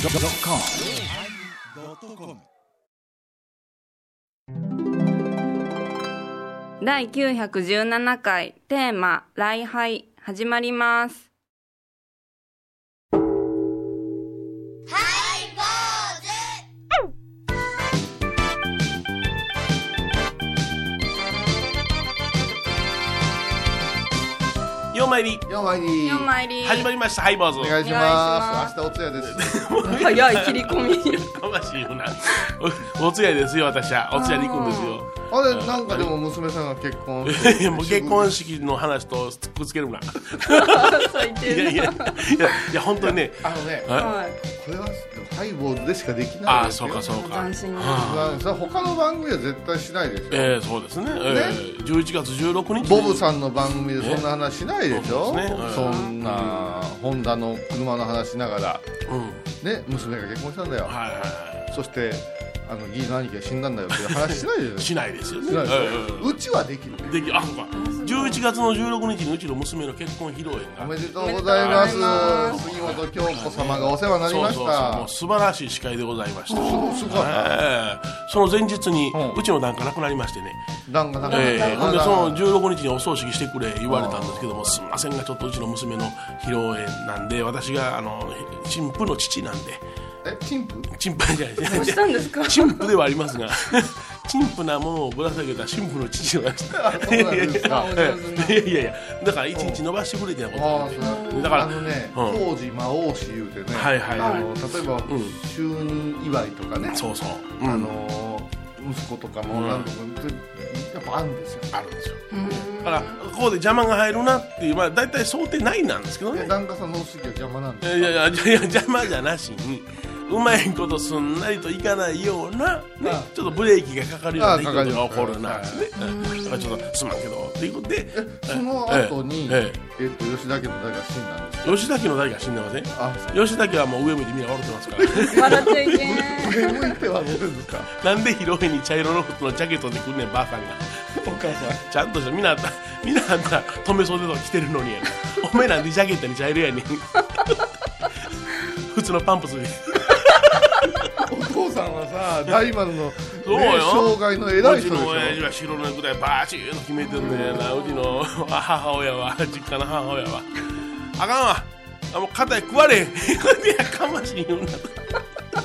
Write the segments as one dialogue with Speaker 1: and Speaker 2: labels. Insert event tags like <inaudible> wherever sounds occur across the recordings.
Speaker 1: yosmir
Speaker 2: 第917回テーマ「礼拝」始まります
Speaker 3: ようまいり
Speaker 4: ようまいり
Speaker 2: お参り
Speaker 3: 始まりましたハイボーズ
Speaker 4: お願いし
Speaker 2: お願いしま
Speaker 4: ま
Speaker 2: す
Speaker 4: す明日お通夜です
Speaker 2: 早い切り込み
Speaker 3: かましいよなおお通夜ですよ私はお通夜に行くんですよ
Speaker 4: あれなんかでも娘さんが結
Speaker 3: <laughs>
Speaker 4: 婚
Speaker 3: いやもう結婚式の話とくっつけるな
Speaker 2: 最
Speaker 3: いやいやいやいや本当にね
Speaker 4: あのね
Speaker 3: はい
Speaker 2: はい
Speaker 4: これはハイボールでしかできない
Speaker 3: ああ
Speaker 4: です
Speaker 3: そ
Speaker 4: よ
Speaker 3: うかそうか
Speaker 2: 斬新な
Speaker 3: はあ
Speaker 4: まあそれは他の番組は絶対しないでしょ
Speaker 3: えー、そうですね、えー、11月16日
Speaker 4: ボブさんの番組でそんな話しないでしょ
Speaker 3: そうですねはい
Speaker 4: そんなホンダの車の話しながら
Speaker 3: うんはい
Speaker 4: ね娘が結婚したんだよ
Speaker 3: はいは
Speaker 4: そしてあの義理の兄貴が死んだんだよっていう話しないで
Speaker 3: い
Speaker 4: し
Speaker 3: <laughs> しないですよ
Speaker 4: ょ
Speaker 3: ね
Speaker 4: しないでし
Speaker 3: えー
Speaker 4: ょうちはできる
Speaker 3: できあそうか11月の16日にうちの娘の結婚披露宴
Speaker 4: お
Speaker 3: が
Speaker 4: めでとうございま
Speaker 2: おめでとうございます
Speaker 4: 杉本京子様がお世話になり
Speaker 3: そう
Speaker 4: ま
Speaker 3: そ
Speaker 4: し
Speaker 3: うそうも
Speaker 4: た
Speaker 3: う素晴らしい司会でございました
Speaker 4: すごい
Speaker 3: えーその前日に、
Speaker 4: う
Speaker 3: うんちの檀家亡くなりましてね、
Speaker 4: なんかなんか
Speaker 3: えーほんで
Speaker 4: なんか
Speaker 3: その16日にお葬式してくれ言われたんですけどもすみませんがちょっとうちの娘の披露宴なんで私があの新婦の父なんで
Speaker 4: え陳腐
Speaker 3: 陳婦じゃない
Speaker 2: どう
Speaker 4: <laughs>
Speaker 2: したんですか
Speaker 3: 陳婦ではありますが <laughs> 陳腐なものをぶら下げた新婦の父なんです
Speaker 4: そうなんですか
Speaker 2: お
Speaker 3: <laughs> い
Speaker 2: 上
Speaker 3: や
Speaker 2: 手ない
Speaker 3: やいやだから一日伸ばしてくれてなこと
Speaker 4: ああそう
Speaker 3: だから
Speaker 4: あのね、
Speaker 3: うん
Speaker 4: 当時魔王氏言うてね、
Speaker 3: はいはい
Speaker 4: あの例えば、
Speaker 3: ん
Speaker 4: 就任祝いとかね、
Speaker 3: そうそう、う
Speaker 4: あ
Speaker 3: ん、
Speaker 4: の息子とかもなんとか、やっぱあるんですよ
Speaker 3: あるんですよだからここで邪魔が入るなっていうまあ大体想定内なんですけどね
Speaker 4: で檀家さんのお席は邪魔なん
Speaker 3: い
Speaker 4: で
Speaker 3: や
Speaker 4: すか
Speaker 3: いやいやいや邪魔じゃなしにうまいことすんなりといかないような、ね
Speaker 4: ああ、
Speaker 3: ちょっとブレーキがかかるような出来事
Speaker 4: あ
Speaker 3: が
Speaker 4: あ
Speaker 3: 起
Speaker 4: かか
Speaker 3: こ
Speaker 4: る
Speaker 3: るなですねうんだからちょっとすまんけどっていうことで
Speaker 4: えその後に、え
Speaker 3: え
Speaker 4: っと吉田家の誰が死んだん
Speaker 2: <laughs>
Speaker 4: ですか
Speaker 3: 吉田家の代が死んでません
Speaker 4: あ
Speaker 3: 吉田家はもう上向いてみんな笑ってますか
Speaker 2: 笑っちゃいけん
Speaker 4: 上向いてはどうですか
Speaker 3: らなんで披露宴に茶色の服のジャケットで来んねんばあさんがお母さんちゃんとしてみんなあんたみんなあんた留め袖とか着てるのにやなお前なんでジャケットに茶色やね <laughs> ん普通のパンプスで
Speaker 4: お父さんはさ大丸の、ね、
Speaker 3: そうよ
Speaker 4: 障害の偉いう
Speaker 3: ち
Speaker 4: 人でし
Speaker 3: の親父
Speaker 4: ょ
Speaker 3: は白のぐらいバーチーンと決めてるねなうちの母親は実家の母親はあかんわあもう肩食われへん <laughs> いやかましい
Speaker 4: <laughs>
Speaker 3: よな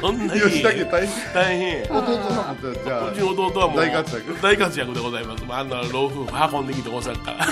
Speaker 3: どんなに
Speaker 4: 吉田家大変
Speaker 3: 大変う
Speaker 4: 弟さんとじゃあ
Speaker 3: ちの弟はもう
Speaker 4: 大活躍
Speaker 3: 大活躍でございますもうあんな老夫婦運んできて大阪から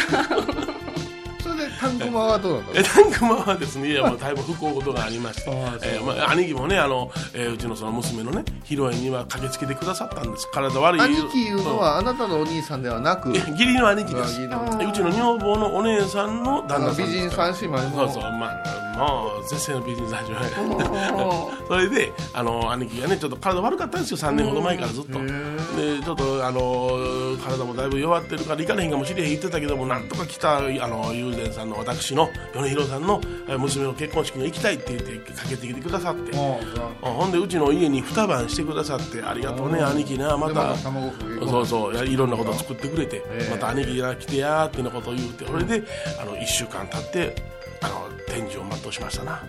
Speaker 4: それで単駒はどうなんだ
Speaker 3: <laughs>
Speaker 4: ろ
Speaker 3: えタンクマはですねいやもうだいぶ不幸事がありまして、えーまあ、兄貴もねあの、えーうちのその娘のね披露宴には駆けつけてくださったんです体悪いう
Speaker 4: 兄貴いうのはあなたのお兄さんではなく
Speaker 3: いや義理の兄貴です
Speaker 4: 義理の
Speaker 3: うちの女房のお姉さんの
Speaker 4: あ
Speaker 3: 旦
Speaker 4: の
Speaker 3: 那さん
Speaker 4: 美
Speaker 3: で
Speaker 4: 人
Speaker 3: すか
Speaker 4: 三
Speaker 3: ら
Speaker 4: 姉妹
Speaker 3: そ
Speaker 4: の
Speaker 3: うそうまあもう絶世の美人三姉妹
Speaker 2: おー
Speaker 3: <laughs> それであの兄貴がねちょっと体悪かったんですよ3年ほど前からずっとでちょっとあの体もだいぶ弱ってるから行かれへんかもしれへん言ってたけどもなんとか来たあの友禅さんの私の米広さんのえ娘の結婚式に行きたいって言ってかけてきてくださって
Speaker 4: もうさ
Speaker 3: あほんでうちの家に二晩してくださってありがとうね兄貴なま
Speaker 4: で
Speaker 3: た
Speaker 4: また卵かけご飯
Speaker 3: そうそうやいろんなこと作ってくれて
Speaker 4: ええ
Speaker 3: また兄貴が来てやーってなことを言うてそれであの1週間経ってあの天寿を全うしましたな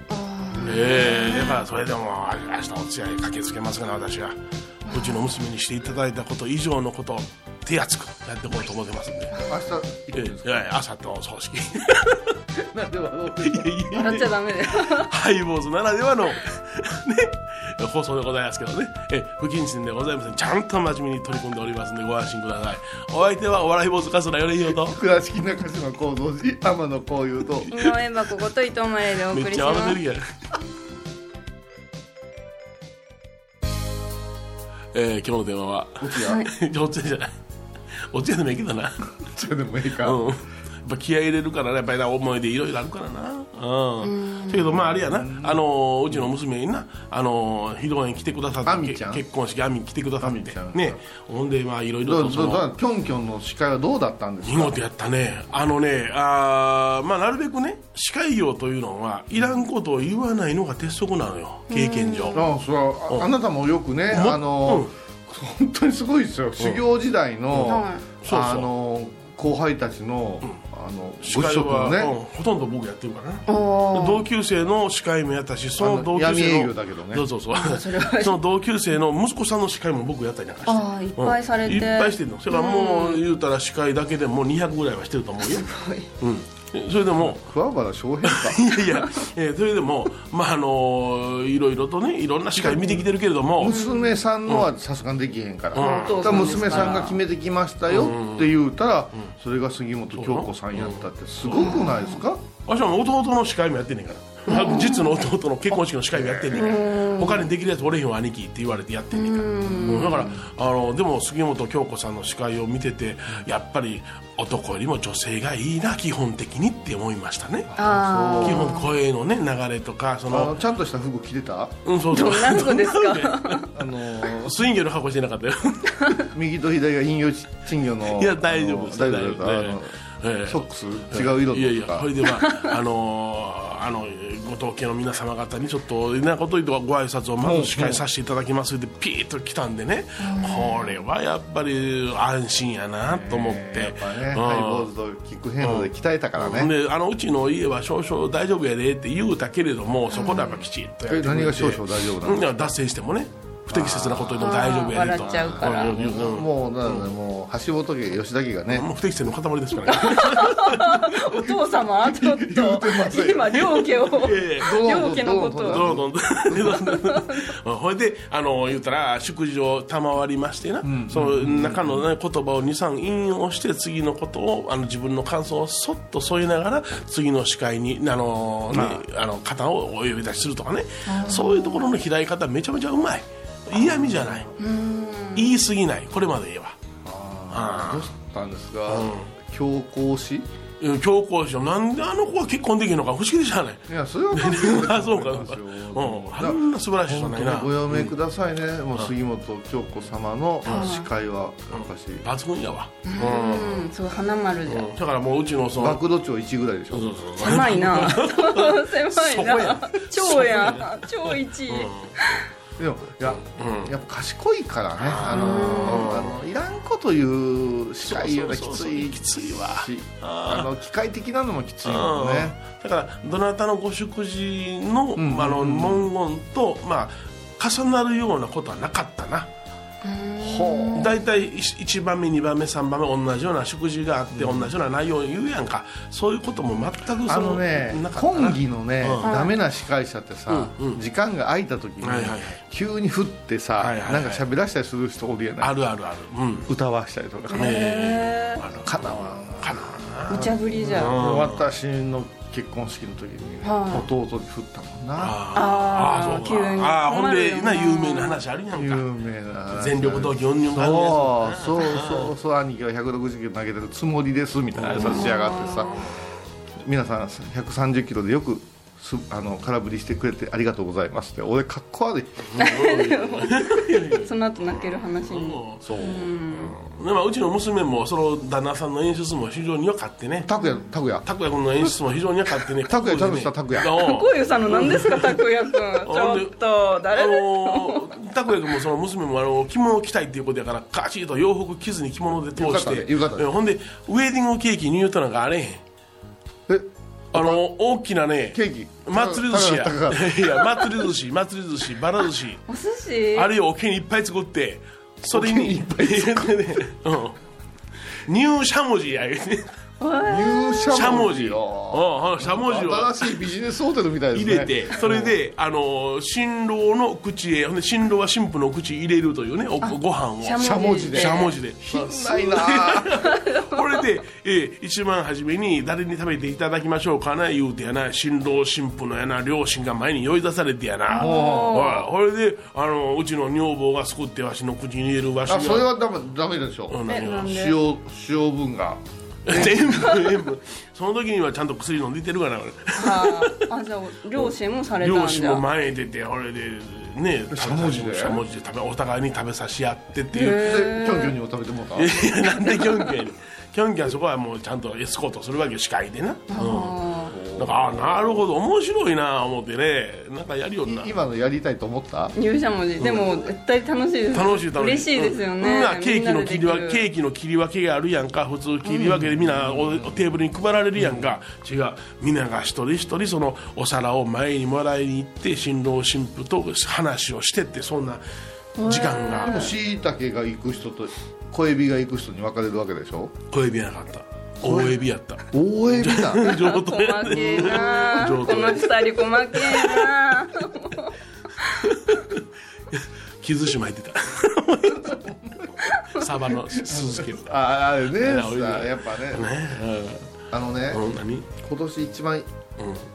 Speaker 3: ええだからそれでもあ明日お通夜へ駆けつけますが私はうちの娘にしていただいたこと以上のことを手厚くやっていこうと思ってますんで、
Speaker 4: 明日行
Speaker 3: え
Speaker 4: くんです
Speaker 3: えい
Speaker 4: か
Speaker 3: やいや朝と葬式い
Speaker 4: なんで笑う
Speaker 3: やいや
Speaker 2: 笑っちゃダメだよ
Speaker 3: ハイボーズならではの、ね、放送でございますけどね、え不謹慎でございません。ちゃんと真面目に取り組んでおりますんで、ご安心ください。お相手はお笑い坊主桂よりよと、
Speaker 4: 倉敷中島幸三寺天野幸雄と
Speaker 2: 井上箱こと伊藤真礼でお送
Speaker 3: め
Speaker 2: り
Speaker 3: っ
Speaker 2: し
Speaker 3: ちゃ
Speaker 2: ま
Speaker 3: 笑っ
Speaker 2: す
Speaker 3: てるやん。えー、今日の電話は、
Speaker 4: うちは
Speaker 3: <laughs> じゃあおつやじゃない。おつやでもいいけどな。
Speaker 4: それでもいいか、
Speaker 3: うん、やっぱ気合い入れるからねやっぱりな思い出いろいろあるからなうんけどまああれやなあのーうちの娘になあのー披露宴来てくださ
Speaker 4: ア
Speaker 3: って
Speaker 4: ミ
Speaker 3: け
Speaker 4: ちゃん
Speaker 3: 結婚式あみ来てくださっ
Speaker 4: アミ
Speaker 3: て
Speaker 4: ちゃん
Speaker 3: ねほんでまあいろいろ
Speaker 4: ど
Speaker 3: と
Speaker 4: う
Speaker 3: そ
Speaker 4: どうど
Speaker 3: の
Speaker 4: うぴょんぴょんの司会はどうだったんです
Speaker 3: 見
Speaker 4: か
Speaker 3: 事やったねあのねあーまあなるべくね司会業というのはいらんことを言わないのが鉄則なのよ経験上
Speaker 4: ああそれはああなたもよくね
Speaker 3: も
Speaker 4: あの、本当にすごいですよ修行時代の、
Speaker 2: はい
Speaker 3: そうそう
Speaker 4: あの後輩たちの、あの
Speaker 3: 司
Speaker 4: ご子
Speaker 3: 会
Speaker 4: 息
Speaker 3: は、
Speaker 4: の
Speaker 3: うん
Speaker 4: ね、
Speaker 3: ほとんど僕やってるからね
Speaker 2: おー
Speaker 3: 同級生の司会もやったしその同級
Speaker 4: あの闇営
Speaker 3: 生
Speaker 4: 業
Speaker 3: の
Speaker 4: だけどね
Speaker 3: そうそうそう
Speaker 2: それは
Speaker 3: <laughs> その同級生の息子さんの司会も僕やったりなんかして
Speaker 2: あーいっぱいされて
Speaker 3: うんいっぱいしてるのそれからもう言うたら司会だけでもう200ぐらいはしてると思うよ、うん、それでも
Speaker 4: 桑原
Speaker 3: <laughs>
Speaker 4: 翔平か
Speaker 3: いやいや、えーそれでもまああのーいろいろとねいろんな司会見てきてるけれども、
Speaker 4: 娘さんのはさすがにできへんか
Speaker 2: ん
Speaker 4: ら,、だから娘さんが決めてきましたよって言うたら、それが杉本京子さんやったってすごくないですか、
Speaker 3: わしは弟の司会もやってんねんから、実の弟の結婚式の司会もやってんねんから他にできるやつおれへんわ兄貴って言われてやってんねんからうんだからあのでも杉本京子さんの司会を見ててやっぱり男よりも女性がいいな基本的にって思いましたね
Speaker 2: あ
Speaker 3: 基本声のね流れとかそ
Speaker 4: あの
Speaker 3: の
Speaker 4: ちゃんとした服着てた
Speaker 3: うんそうそう
Speaker 2: ーなんとですか
Speaker 4: あの
Speaker 3: <laughs>
Speaker 4: ー
Speaker 3: スインゲの格好してなかったよ
Speaker 4: 右と左が陰陽珍魚の
Speaker 3: いや大丈夫です
Speaker 4: あの大丈夫だったあの
Speaker 3: ええ
Speaker 4: ソックス違う色のとか
Speaker 3: いやいやそれではあ <laughs> のーあのご当家の皆様方にちょっといなこと言うとご挨拶をまず司会させていただきますでピーッと来たんでねこれはやっぱり安心やなと思って、
Speaker 4: やっぱね
Speaker 3: うん
Speaker 4: ハイボーズとキックヘンドで鍛えたからね、
Speaker 3: であのうちの家は少々大丈夫やでって言うたけれどもそこでやっぱきちっとやって
Speaker 4: え
Speaker 3: くれて
Speaker 4: 何が少々大丈夫なの
Speaker 3: うんいや脱線してもね不適切なこと言っても大丈夫やでと
Speaker 2: あー笑っちゃうから
Speaker 3: んんうん
Speaker 4: もうだからね、もう橋本家吉田家がね、
Speaker 3: もう不適切の塊ですからね
Speaker 2: お父様ち
Speaker 3: <laughs>
Speaker 2: ょっと今両家を
Speaker 3: ええ
Speaker 2: 両家のこと
Speaker 4: どうもどうもどう
Speaker 2: を
Speaker 3: ど
Speaker 4: も
Speaker 3: んどんどんどん <laughs> どんほいであの言うたら祝辞を賜りましてな、その中の、ね、言葉を23引用して次のことをあの自分の感想をそっと添えながら次の司会にあの、ねあの方をお呼び出しするとかねそういうところの開き方めちゃめちゃうまい嫌味じゃない言い過ぎないこれまで言えば。
Speaker 4: どうしたんですか、強行しい
Speaker 3: うん強行しようなんであの子は結婚できるのか不思議じゃない <laughs>
Speaker 4: やそれは関係ない
Speaker 3: あそうか
Speaker 4: と思いますよ
Speaker 3: うん、あんな素晴らしい人は
Speaker 4: 本
Speaker 3: な
Speaker 4: 当
Speaker 3: い
Speaker 4: に
Speaker 3: な
Speaker 4: ご用命くださいね、もう杉本京子様の司会は昔、
Speaker 3: 抜群やわ、
Speaker 2: うんそう花丸じゃ
Speaker 3: だからもううちのその
Speaker 4: バックド長1ぐらいでし
Speaker 3: そ
Speaker 4: ょ、
Speaker 3: うそう
Speaker 2: 狭い
Speaker 3: <laughs>
Speaker 2: な狭いな
Speaker 3: そ
Speaker 2: 超や超一位
Speaker 4: でもいや,、やっぱ賢いからね、あのあのいらんこと言う司会よりき
Speaker 3: そう
Speaker 4: つ
Speaker 3: そうそう
Speaker 4: い
Speaker 3: きついわ
Speaker 4: しあの機械的なのもきついもんね、
Speaker 3: だからどなたのご食事の,、あの文言と、まあ、重なるようなことはなかったな
Speaker 4: ほ
Speaker 3: 大体1番目2番目3番目同じような食事があって、同じような内容を言うやんかそういうことも全くそ
Speaker 4: あのね
Speaker 3: なかったな
Speaker 4: 本議のね、
Speaker 3: うん
Speaker 4: ダメな司会者ってさ、
Speaker 3: うんうん
Speaker 4: 時間が空いた時に、
Speaker 3: はいはいはい
Speaker 4: 急に振ってさ、
Speaker 3: はいはいはい
Speaker 4: なんか喋らしたりする人おるやない
Speaker 3: あるあるあるうん
Speaker 4: 歌わしたりとか、
Speaker 3: えーある
Speaker 4: かなわん
Speaker 3: かな
Speaker 2: 無茶ぶりじゃん
Speaker 4: 私の結婚式の時に、
Speaker 2: は
Speaker 4: 弟に振ったもんな
Speaker 2: あー
Speaker 3: ー
Speaker 2: 急に
Speaker 3: あーほん
Speaker 2: 困
Speaker 3: で
Speaker 2: るよ
Speaker 3: な
Speaker 2: な
Speaker 3: 有名な話あるやん
Speaker 4: 有
Speaker 3: か
Speaker 4: 名な
Speaker 3: 全力投球4 4回
Speaker 4: そうそうそうそう兄貴は160キロ投げてるつもりですみたいな挨拶しやがってさ皆さん130キロでよくすあの空振りしてくれてありがとうございますって俺かっこ悪い
Speaker 2: その後泣ける話に
Speaker 3: そう、でまあ、うちの娘もその旦那さんの演出も非常に良かってね
Speaker 4: 拓也拓也
Speaker 3: 拓也君の演出も非常に良かってね
Speaker 4: 拓也ちゃんとした拓也
Speaker 3: 也
Speaker 2: こういうさんの何ですか拓也くんちょっと
Speaker 3: あ
Speaker 2: 誰で
Speaker 3: のー拓也君もその娘もあの着物を着たいっていうことやからカチッと洋服着ずに着物で通して、
Speaker 4: 浴衣で浴衣で
Speaker 3: えほんでウェディングケーキに言うとなんかあれへん
Speaker 4: え
Speaker 3: あのー大きなね
Speaker 4: ケーキ
Speaker 3: 祭り寿司や
Speaker 4: 高かった
Speaker 3: いや祭り寿司祭り寿司ばら寿司
Speaker 2: お寿司
Speaker 3: あれをおけにいっぱい作ってそれに
Speaker 4: おけにいっぱい
Speaker 3: 作って、 <laughs> うんニューしゃもじや言うて
Speaker 4: 入
Speaker 3: しゃ
Speaker 4: 社
Speaker 3: も
Speaker 4: 文
Speaker 3: じ
Speaker 4: 字よ
Speaker 3: をしゃもじを
Speaker 4: 新しいビジネスホテルみたいで
Speaker 3: 入
Speaker 4: すね
Speaker 3: れてそれであの新郎の口へほんで新郎は新婦の口へ入れるというねおご飯を
Speaker 2: しゃ
Speaker 4: しゃもじで
Speaker 3: しゃも
Speaker 2: じ
Speaker 3: じで
Speaker 4: ないな
Speaker 3: これで、えー一番初めに誰に食べていただきましょうかな言うてやな新郎新婦のやな両親が前に呼び出されてやなはいこれであのうちの女房が作ってわしの口に入れるわしが
Speaker 4: あそれはダメダメでしょ
Speaker 3: うん何が
Speaker 2: なんで
Speaker 4: 使用使用分が
Speaker 3: 全部全部その時にはちゃんと薬飲んでいてるから俺
Speaker 2: あーあじゃあ両親もされた
Speaker 3: 両
Speaker 2: ん
Speaker 3: 親
Speaker 2: じゃ
Speaker 3: も前へ出てこれでね
Speaker 4: しゃもじで
Speaker 3: しゃもじで食べお互いに食べさし合ってってい
Speaker 4: で
Speaker 3: う
Speaker 4: キョンキョンにも食べてもうた
Speaker 3: いやなんでキョンキョンやねんキョンキョンはそこはもうちゃんとエスコートするわけよ司会でな、うん
Speaker 2: あ
Speaker 3: なんかあなるほど面白いな思ってねなんかやるようにな
Speaker 4: 今のやりたいと思った
Speaker 2: 勇者文字、でも絶対楽しいです
Speaker 3: 楽しい楽しい
Speaker 2: 嬉しいですよね、
Speaker 3: うんなケーキの切り分
Speaker 2: みんなでで
Speaker 3: け
Speaker 2: きる
Speaker 3: ケーキの切り分けがあるやんか普通切り分けでみんなお、テーブルに配られるやんか、違うみんなが一人一人そのお皿を前にもらいに行って新郎新婦と話をしてってそんな時間が
Speaker 4: しいたけが行く人と小エビが行く人に分かれるわけでしょ
Speaker 3: 小エビやなかった大エビやった
Speaker 4: 大エビだ
Speaker 3: 上等や
Speaker 2: 細けえな
Speaker 3: 上
Speaker 2: <laughs> こ
Speaker 3: 等
Speaker 2: の
Speaker 3: や
Speaker 2: 二人細けえな
Speaker 3: 傷しまいてたサバの酢漬けみたい
Speaker 4: あ <laughs> ああれね
Speaker 3: ら
Speaker 4: さ
Speaker 3: おいで
Speaker 4: やっぱ
Speaker 3: な
Speaker 4: ね
Speaker 3: ね
Speaker 4: あのね
Speaker 3: うん何
Speaker 4: 今年一番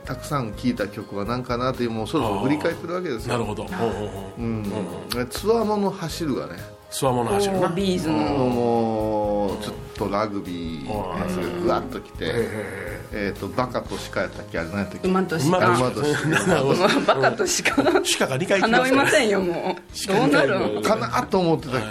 Speaker 4: たくさん聴いた曲は何かなっていうもうそろそろ振り返ってるわけです
Speaker 3: な
Speaker 4: よ
Speaker 3: るほどほうほうほう
Speaker 4: つわもの走るがね
Speaker 3: スワモの走るな
Speaker 2: ビーズの
Speaker 4: もうちょっとラグビーのやつがぐわっときてえっとバカと鹿やったっけあれ何やったっけ
Speaker 2: 馬と
Speaker 3: 馬
Speaker 2: 鹿
Speaker 4: 馬と鹿
Speaker 2: バカとしか
Speaker 3: 鹿が2回来ま
Speaker 2: 叶
Speaker 3: し
Speaker 2: いま
Speaker 3: た
Speaker 2: せんよもうどうなるの
Speaker 4: かなと思ってたけど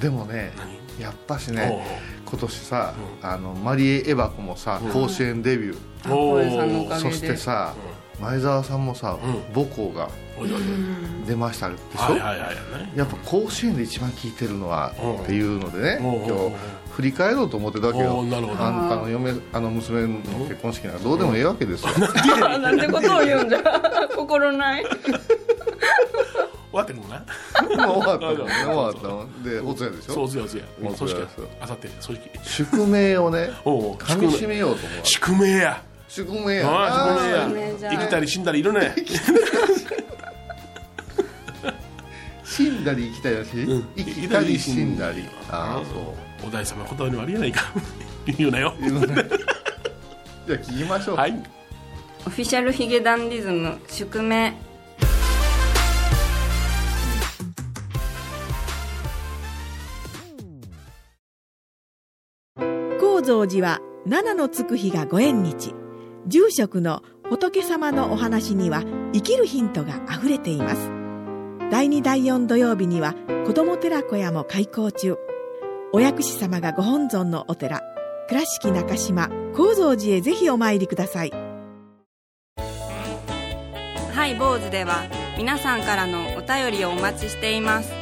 Speaker 4: でもねやっぱし
Speaker 3: おうおう
Speaker 4: ね今年さ、あのマリエ・エバコもさ甲子園デビュー、
Speaker 2: 小
Speaker 3: おお
Speaker 2: 江さんのおか
Speaker 4: そ
Speaker 2: げ
Speaker 4: して
Speaker 2: で
Speaker 4: さ、前澤さんもさ、母校が
Speaker 3: おいおいおい
Speaker 4: 出ましたでしょ、
Speaker 3: はいはいはいはい
Speaker 4: やっぱ甲子園で一番聴いてるのは
Speaker 3: うん
Speaker 4: っていうのでね
Speaker 3: おうおうおう
Speaker 4: 今日振り返ろうと思ってたわけ
Speaker 3: お
Speaker 4: ど
Speaker 3: うなるほど
Speaker 4: あんたの嫁あの娘の結婚式なんかどうで <laughs> もいいわけですよ、
Speaker 2: あ <laughs> なんてことを言うんじゃ心ない <laughs>
Speaker 3: 終わってるもんな
Speaker 4: もう終わったもんね終わったもんでおつやでし
Speaker 3: そう
Speaker 4: ょ
Speaker 3: そうそうもう組織
Speaker 4: そうそう
Speaker 3: あさって組織
Speaker 4: 宿命をね
Speaker 3: おうおう
Speaker 4: かみしめようと思う
Speaker 3: 宿命や
Speaker 4: 宿命や
Speaker 3: あ
Speaker 4: な
Speaker 3: あ宿
Speaker 2: 宿
Speaker 3: 命
Speaker 2: 命じ
Speaker 3: や
Speaker 2: ゃ
Speaker 3: 生きたり死んだりいるね
Speaker 4: 死んだり生きたりだし、
Speaker 3: ん
Speaker 4: 生きたり死んだりああそう
Speaker 3: お大様断りはありえないか言う <laughs> なよ
Speaker 4: <laughs> じゃあ聞きましょう、
Speaker 3: はい
Speaker 2: オフィシャルヒゲダンディズム宿命
Speaker 1: 高蔵寺は七のつく日がご縁日住職の仏様のお話には生きるヒントがあふれています第2第4土曜日には子ども寺小屋も開校中お薬師様がご本尊のお寺倉敷中島・高蔵寺へぜひお参りください
Speaker 2: ハイ坊主では皆さんからのお便りをお待ちしています。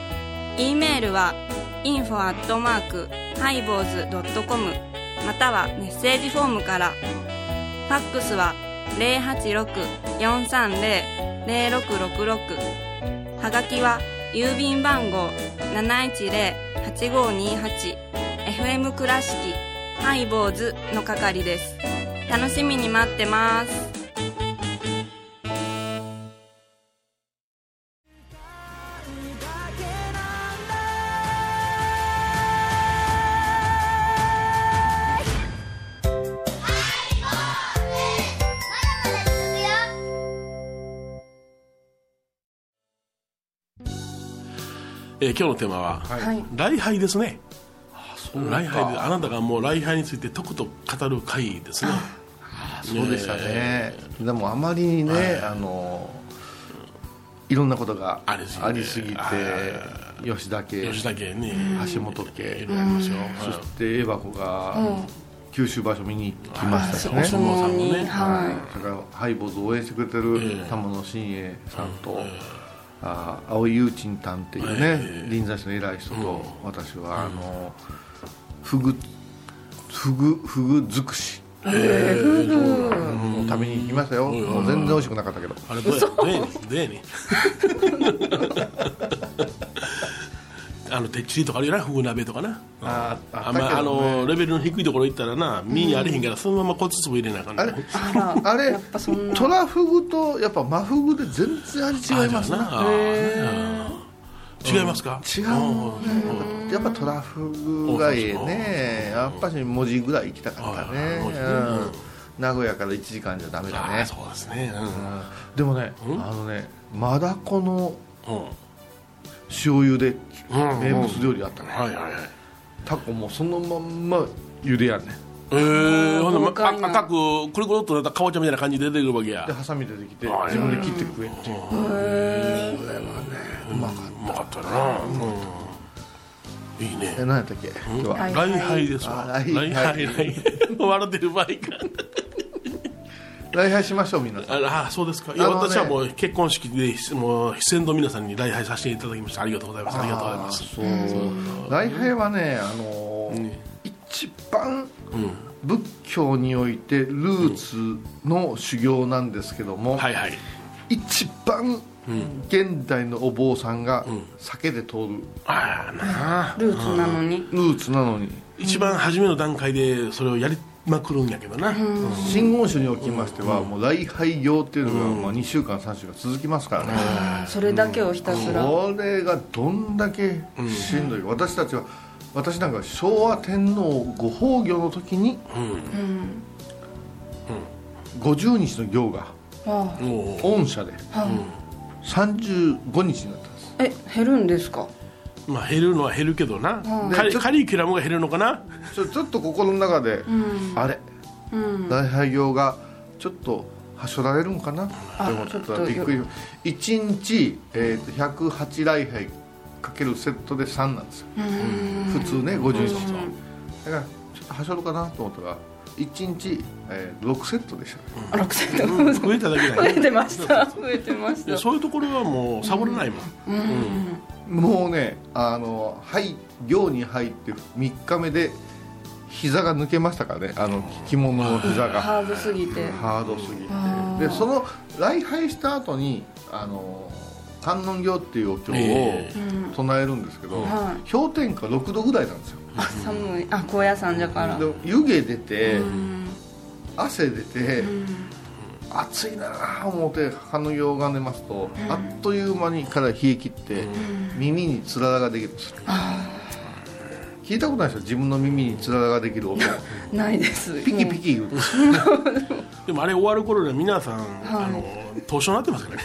Speaker 2: e メールは info アットマークハイ坊主ドットコムまたはメッセージフォームから。ファックスは086-430-0666はがきは郵便番号710-8528 FM 倉敷ハイ坊主の係です。楽しみに待ってます。
Speaker 3: えー今日のテーマは
Speaker 2: はい
Speaker 3: 礼拝ですね礼拝であなたがもう礼拝についてとこと語る会ですね
Speaker 4: そうでしたね、でもあまりにね、あのいろんなことが
Speaker 3: ありすぎて
Speaker 4: ありすぎて吉田家
Speaker 3: 吉田家ね
Speaker 4: 橋本
Speaker 3: い
Speaker 4: 家
Speaker 3: ろいろありますよ
Speaker 4: そしてエバ子が九州場所見に行ってきましたし
Speaker 3: お
Speaker 4: ね、
Speaker 3: 相撲さんもね
Speaker 2: は
Speaker 4: それからハイボーズを応援してくれてる玉野伸栄さんと、あー青井雄鎮さんっていうね、臨済宗の偉い人と私は、あのフグフグフグ尽くし食べに行きましたよ、もう全然美味しくなかったけど
Speaker 3: あれどうやどうやねんどうやねん <laughs> あのてっちりとかあるよなふぐ鍋とかな
Speaker 4: あーあ
Speaker 3: あ,、
Speaker 4: ったけどね
Speaker 3: まあのレベルの低いところ行ったらな身あれへんからそのまま骨粒入れなあかん
Speaker 4: あ
Speaker 3: ね
Speaker 4: れ
Speaker 2: ら
Speaker 4: あれ
Speaker 2: やっぱそんな
Speaker 4: トラフグとやっぱ真フグで全然味違います
Speaker 3: あ
Speaker 4: な
Speaker 3: あじゃあなあー違いますか
Speaker 4: 違うねやっぱトラフグがええねやっぱし文字ぐらい行きたかったね
Speaker 3: はい文字ね
Speaker 4: うん名古屋から1時間じゃダメだ
Speaker 3: ああ
Speaker 4: ね
Speaker 3: そうですね
Speaker 4: でもねあのねマダコの
Speaker 3: うん、うん
Speaker 4: 塩茹で
Speaker 3: うん
Speaker 4: 名物料理あったね
Speaker 3: はいはいはい
Speaker 4: タコもそのまんま茹でやんね
Speaker 3: えー、ほん
Speaker 2: 豪
Speaker 3: で、ま、
Speaker 2: 快な
Speaker 3: あ赤くくるくるっとなったかぼちゃみたいな感じで出てくるわけや
Speaker 4: でハサミ出てきて
Speaker 3: はい
Speaker 4: 自分で切って食えっていう
Speaker 3: うまかったな、うん、いいね
Speaker 4: え何やったっけ今日は
Speaker 3: 礼拝ですわ
Speaker 4: あ
Speaker 3: <laughs>
Speaker 4: 礼
Speaker 3: 礼
Speaker 4: 拝
Speaker 3: 拝礼拝笑ってる場合か
Speaker 4: 礼拝しましょうみんなさん
Speaker 3: ああそうですかいや、
Speaker 4: あのね
Speaker 3: 私はもう結婚式でもう先の皆さんに礼拝させていただきましたありがとうございますありがとうございます
Speaker 4: そう礼拝はね、あのー一番仏教においてルーツの修行なんですけども、
Speaker 3: はいはい
Speaker 4: 一番現代のお坊さんが酒で通る
Speaker 3: ああなあ
Speaker 2: ルーツなのに
Speaker 4: ルーツなのに
Speaker 3: 一番初めの段階でそれをやりまくるんやけどな、うん
Speaker 4: 真言宗におきましてはもう礼拝行っていうのがまあ2週間3週間続きますからね、
Speaker 2: それだけをひたすら
Speaker 4: これがどんだけしんどい、私たちは私なんか昭和天皇ご崩御の時に、50日の行が
Speaker 2: あ
Speaker 3: も
Speaker 4: 御社で
Speaker 2: あはい
Speaker 4: 35日になったんです
Speaker 2: え減るんですか
Speaker 3: うまあ減るのは減るけどな、
Speaker 4: で
Speaker 3: カリ
Speaker 4: ちょっと
Speaker 3: カリキュラムが減るのかな
Speaker 4: ちょちょっと心の中で、あれ
Speaker 2: うん
Speaker 4: 礼拝行がちょっとはしょられるんかなって思ったらびっくり1日、えー、と108礼拝かけるセットで3なんですよ普通ね50日のだからちょっとはしょるかなと思ったら1日、えー、6セットでしたね
Speaker 2: あ6セッ
Speaker 4: <laughs>
Speaker 3: うん
Speaker 2: ト
Speaker 3: 増えただけ
Speaker 2: 増
Speaker 3: だ
Speaker 2: え
Speaker 3: よ
Speaker 2: てました増えてまし
Speaker 3: いや
Speaker 2: た
Speaker 3: そういうところはもうサボれないもん、
Speaker 2: うん
Speaker 4: もうねあのはい行に入って3日目で膝が抜けましたからねあの着物の膝が
Speaker 2: ハードすぎて
Speaker 4: ハードすぎ
Speaker 2: あ
Speaker 4: て
Speaker 2: ー
Speaker 4: でその礼拝した後にあの観音行っていうお経
Speaker 3: え
Speaker 4: を唱えるんですけど、
Speaker 2: は
Speaker 4: 氷点下6度ぐらいなんですよ
Speaker 2: あ寒いあ高野山じゃから
Speaker 4: で湯気出て、
Speaker 2: うん
Speaker 4: 汗出て、
Speaker 2: うん
Speaker 4: 暑いなあ思って観音行が寝ますと、あっという間にから冷え切って、耳につららができるんですよ聞いたことないでしょ自分の耳につららができる音
Speaker 2: ないです
Speaker 4: ピキピキ言
Speaker 2: <laughs>
Speaker 4: うて
Speaker 3: でもあれ終わる頃には皆さん、あの投書になってますか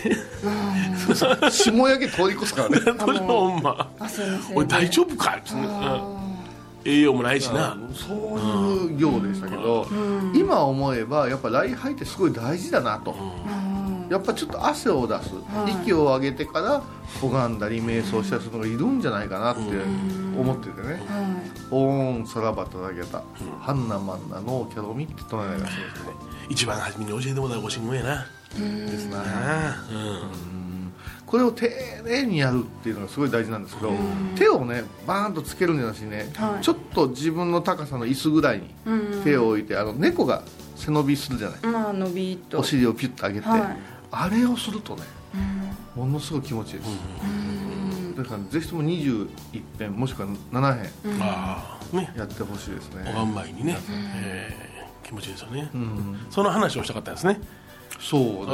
Speaker 3: らね
Speaker 4: 霜焼け通り越すからね
Speaker 3: <laughs> それはほんま
Speaker 2: もう汗のせいで
Speaker 3: 俺大丈夫かっつって、うん栄養もないしな、
Speaker 4: そういう行でしたけど、今思えばやっぱ礼拝ってすごい大事だなと、やっぱちょっと汗を出す、息を上げてから拝んだり瞑想したりするのがいるんじゃないかなって思っててね「オーンさらばただけた、ハンナマンナのキャロミ」って唱えながらするんですけど
Speaker 3: 一番初めに教えてもらうご神言やな
Speaker 4: ですね
Speaker 3: ああうん
Speaker 4: これを丁寧にやるっていうのがすごい大事なんですけど、手をねバーンとつけるんじゃなしにね、
Speaker 2: はい
Speaker 4: ちょっと自分の高さの椅子ぐらいに手を置いて、あの猫が背伸びするじゃない
Speaker 2: まあ伸びっと
Speaker 4: お尻をピュッと上げて、
Speaker 2: はい
Speaker 4: あれをするとね、ものすごい気持ちいいです、だからぜひとも21編もしくは7編
Speaker 3: まあね
Speaker 4: やってほしいですね、
Speaker 3: 拝む前にね、えー気持ちいいですよね、その話をしたかったんですね
Speaker 4: そうだ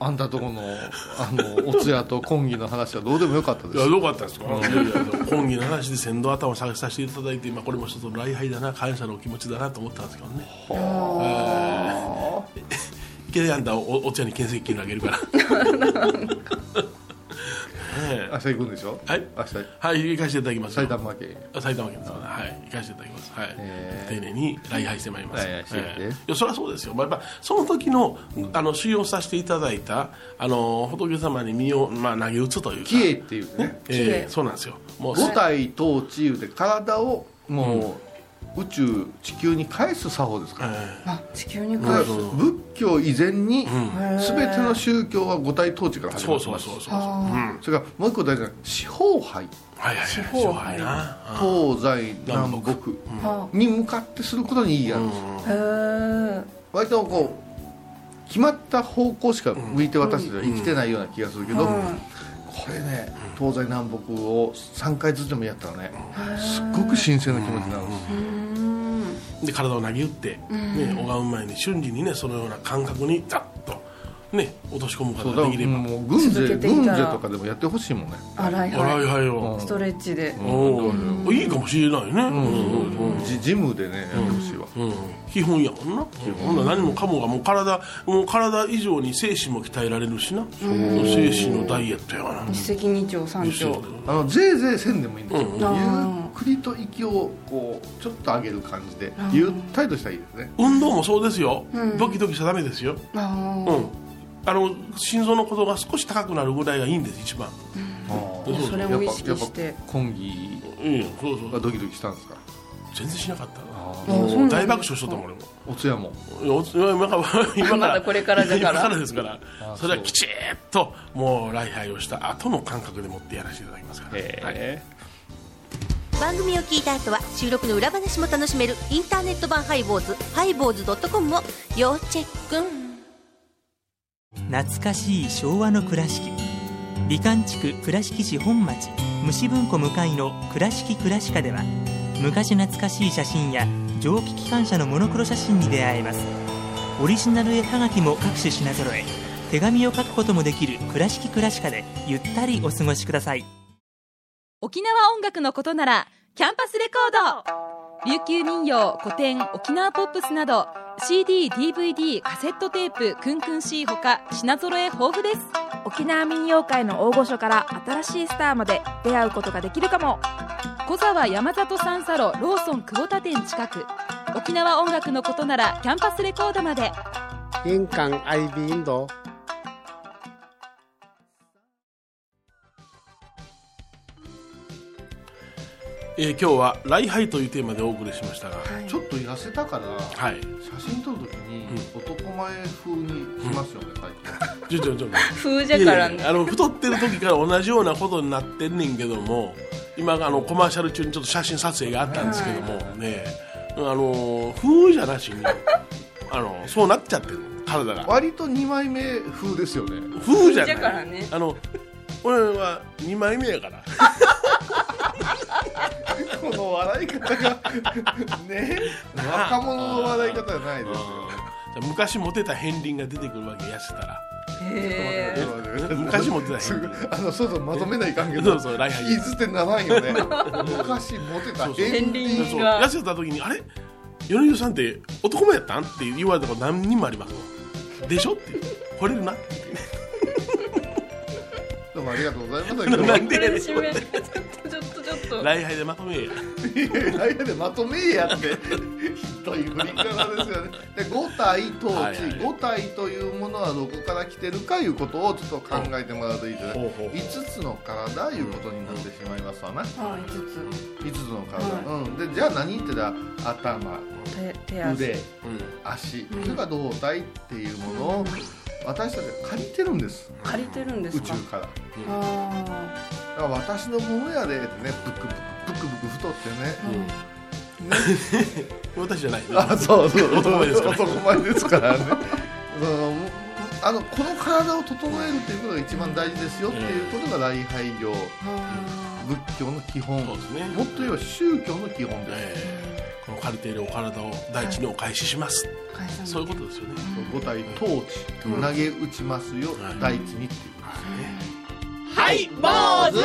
Speaker 4: あんたとこのあのお通夜と婚儀の話はどうでもよかったで
Speaker 3: い
Speaker 4: す
Speaker 3: やよかったですか本気の話で先導頭を探させていただいて、まあ、これも一つの礼拝だな感謝のお気持ちだなと思ったんですけどねえー <laughs> いきなりあんたおお茶に建設金をあげるからねえ
Speaker 4: 明日行くんでしょ
Speaker 3: はい
Speaker 4: 明日
Speaker 3: はい行かせていただきますよ
Speaker 4: 埼玉県
Speaker 3: あ埼玉県ですからはい行かせていただきますはい、丁寧に礼拝してまいります、
Speaker 4: 礼拝して
Speaker 3: ええいやそりゃそうですよ、まあ、やっぱその時のあの修行させていただいたあの仏様に身を、まあ、投げ打つというか
Speaker 4: キエっていうね
Speaker 3: ええそうなんですよもう
Speaker 4: 五体統治いうて体をもう宇宙地球に返す作法ですから、
Speaker 2: あ地球に
Speaker 4: だ
Speaker 2: 返
Speaker 4: から
Speaker 2: す
Speaker 4: 仏教以前に全ての宗教は五体統治から始ま
Speaker 3: そう
Speaker 4: って
Speaker 3: そう
Speaker 4: ます
Speaker 3: そうそうそううん
Speaker 4: それからもう一個大事なのは四方杯
Speaker 3: はいはい
Speaker 2: 四
Speaker 3: 四
Speaker 2: 方
Speaker 3: 方
Speaker 2: 杯
Speaker 3: 杯な
Speaker 4: 東西南北
Speaker 2: は
Speaker 4: に向かってすることに意義があるんです、
Speaker 2: へえ
Speaker 4: 割とこう決まった方向しか向いて私たちは生きてないような気がするけど、
Speaker 2: はい
Speaker 4: これね東西南北を3回ずつでもやったらねすっごく神聖な気持ちになるんです
Speaker 3: で体を投げ打って、ね、拝む前に瞬時にねそのような感覚にザッとね落とし込むこと
Speaker 4: そう
Speaker 3: が
Speaker 4: だ
Speaker 3: で
Speaker 4: か
Speaker 3: き
Speaker 4: ら
Speaker 3: れば
Speaker 4: もう軍
Speaker 2: 続
Speaker 4: 勢
Speaker 2: けてい
Speaker 4: 軍
Speaker 2: たら
Speaker 4: 勢とかでもやってほしいもんね
Speaker 2: 洗い
Speaker 3: あら
Speaker 2: はい
Speaker 3: はいよ
Speaker 2: いストレッチで
Speaker 3: おーいいかもしれないね、うんうん
Speaker 4: ジジムでねやってほしいわ、
Speaker 3: うん基本やもんなほんなら何もかもがもう体もう体以上に精神も鍛えられるしな精神のダイエットやわな
Speaker 2: 一石二鳥三鳥
Speaker 4: あのぜいぜいせんでもいいんですよ、
Speaker 2: ん
Speaker 4: ゆっくりと息をこうちょっと上げる感じでゆったりとしたらいいですね
Speaker 3: 運動もそうですよ、ドキドキしちゃダメですよ、
Speaker 2: あ
Speaker 3: うん、あの心臓のことが少し高くなるぐらいがいいんです一番
Speaker 4: あ
Speaker 2: それを意識して
Speaker 4: やっぱやっぱコンギ
Speaker 3: うんそうそう
Speaker 4: がドキドキしたんですか
Speaker 3: 全然しなかったなもう大爆笑しとったもん俺も
Speaker 4: お通夜も
Speaker 3: いやおいや今から今から
Speaker 5: まだこれからだから
Speaker 3: 今からですからそれはきちっともう礼拝をした後の感覚でもってやらせていただきますから、はい
Speaker 4: え
Speaker 6: 番組を聞いた後は収録の裏話も楽しめるインターネット版ハイボーズハイボーズドットコムを要チェック
Speaker 7: 懐かしい昭和の倉敷美観地区倉敷市本町虫文庫向かいの「倉敷倉歯科」では昔懐かしい写真や蒸気機関車のモノクロ写真に出会えますオリジナル絵はがきも各種品揃え手紙を書くこともできる「倉敷倉歯科」でゆったりお過ごしください
Speaker 8: 沖縄音楽のことならキャンパスレコード琉球民謡古典沖縄ポップスなど CDDVD カセットテープクンクン C ほか品揃え豊富です
Speaker 9: 沖縄民謡界の大御所から新しいスターまで出会うことができるかも
Speaker 8: 小沢山里三佐路ローソン久保田店近く沖縄音楽のことならキャンパスレコードまで
Speaker 10: 印港 IB 印度。
Speaker 3: えー今日は礼拝というテーマでお送りしましたが
Speaker 4: ーちょっと痩せたから、
Speaker 3: はい
Speaker 4: 写真撮るときに男前風にしますよね、最
Speaker 3: ちょちょちょ
Speaker 5: 風じゃから
Speaker 3: いやい
Speaker 5: ね
Speaker 3: やあの太ってる時から同じようなことになってんねんけども今あのコマーシャル中にちょっと写真撮影があったんですけどもねあの風じゃなしに <laughs> あのそうなっちゃってる体
Speaker 4: 近
Speaker 3: が
Speaker 4: 割と2枚目風ですよね
Speaker 3: 風じ
Speaker 5: 風
Speaker 3: ゃ
Speaker 5: じゃか
Speaker 3: な
Speaker 5: ら
Speaker 3: い、
Speaker 5: ね
Speaker 3: あの俺は2枚目やから
Speaker 4: この笑い方が <laughs> ね若者の笑い方じゃないですよ
Speaker 3: 昔モテた片鱗が出てくるわけやしてたら
Speaker 5: へえ
Speaker 3: 昔モテた
Speaker 5: <laughs>
Speaker 4: す
Speaker 3: 片
Speaker 4: ぐ
Speaker 3: 鱗
Speaker 4: あのそうそうまとめないかんけ
Speaker 3: そ
Speaker 4: ど
Speaker 3: うそうライハイ
Speaker 4: 引きずってならんよね昔モテた
Speaker 3: そうそう
Speaker 4: 片
Speaker 5: 片
Speaker 3: そ
Speaker 5: 鱗
Speaker 3: う
Speaker 4: 鱗
Speaker 5: が
Speaker 3: 痩せた時にあれ米広さんって男前やったんって言われたこと何人もありますもんでしょって惚れるなって
Speaker 4: どうもありがとうございました今日
Speaker 3: な
Speaker 4: は
Speaker 3: ん
Speaker 5: これ
Speaker 3: で
Speaker 5: 締めちょっとちょっとちょっと
Speaker 3: 礼拝でまとめえや
Speaker 4: 内野でまとめえやってひどい振り方ですよねで五体とう
Speaker 3: はいはい
Speaker 4: ち五体というものはどこから来てるかいうことをちょっと考えてもらうといいです
Speaker 3: ほう
Speaker 4: ね
Speaker 3: ほうほう
Speaker 4: 5つの体いうことになってしまいますわな
Speaker 5: あ5つ
Speaker 4: 5つの体、うんでじゃあ何って言ったら頭
Speaker 5: 手手足
Speaker 4: 腕
Speaker 3: うん
Speaker 4: 足それから胴体っていうものを私たちは借りてるんです
Speaker 5: 借りてるんで
Speaker 4: 宇
Speaker 5: す
Speaker 4: 宙
Speaker 5: か
Speaker 4: から
Speaker 5: あ
Speaker 4: だから私のものやでってねブクブクブクブク太ってね
Speaker 5: あ、うん
Speaker 3: 私じゃないね
Speaker 4: あそうそう
Speaker 3: 男前ですから
Speaker 4: 男前ですからね <laughs> そのあのこの体を整えるということが一番大事ですよっていうことが礼拝業仏教の基本
Speaker 3: そ
Speaker 4: も
Speaker 3: う
Speaker 4: っ
Speaker 3: ですね
Speaker 4: と言えば宗教の基本です、
Speaker 3: えーこの借りているお体を大地にお返しします、そういうことですよね、
Speaker 4: 五体統治投げ打ちますよ、
Speaker 3: はい
Speaker 4: 大地にっていう
Speaker 3: はい坊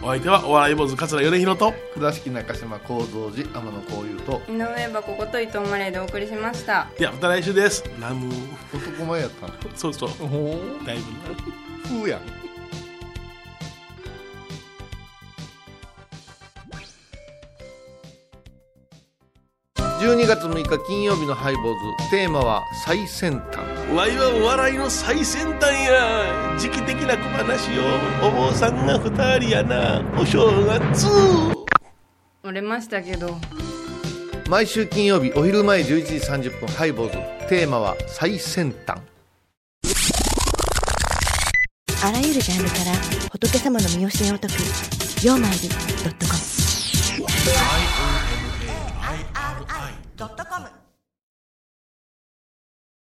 Speaker 3: 主お相手はお笑い坊主桂米広と
Speaker 4: 倉敷中島幸三寺天野幸雄と
Speaker 5: 井上はここと伊藤マレーでお送りしました
Speaker 3: ではまた来週ですナム
Speaker 4: 男前やったの
Speaker 3: そうそう
Speaker 4: ほ
Speaker 3: だいぶ
Speaker 4: う風やん12月6日金曜日のハイボーズテーマは最先端
Speaker 3: わいはお笑いの最先端や時期的な小話をお坊さんが二人やなお正月
Speaker 5: 折れましたけど
Speaker 4: 毎週金曜日お昼前11時30分ハイボーズテーマは最先端
Speaker 6: あらゆるジャンルから仏様の身教えを解く「曜マイルドットコム」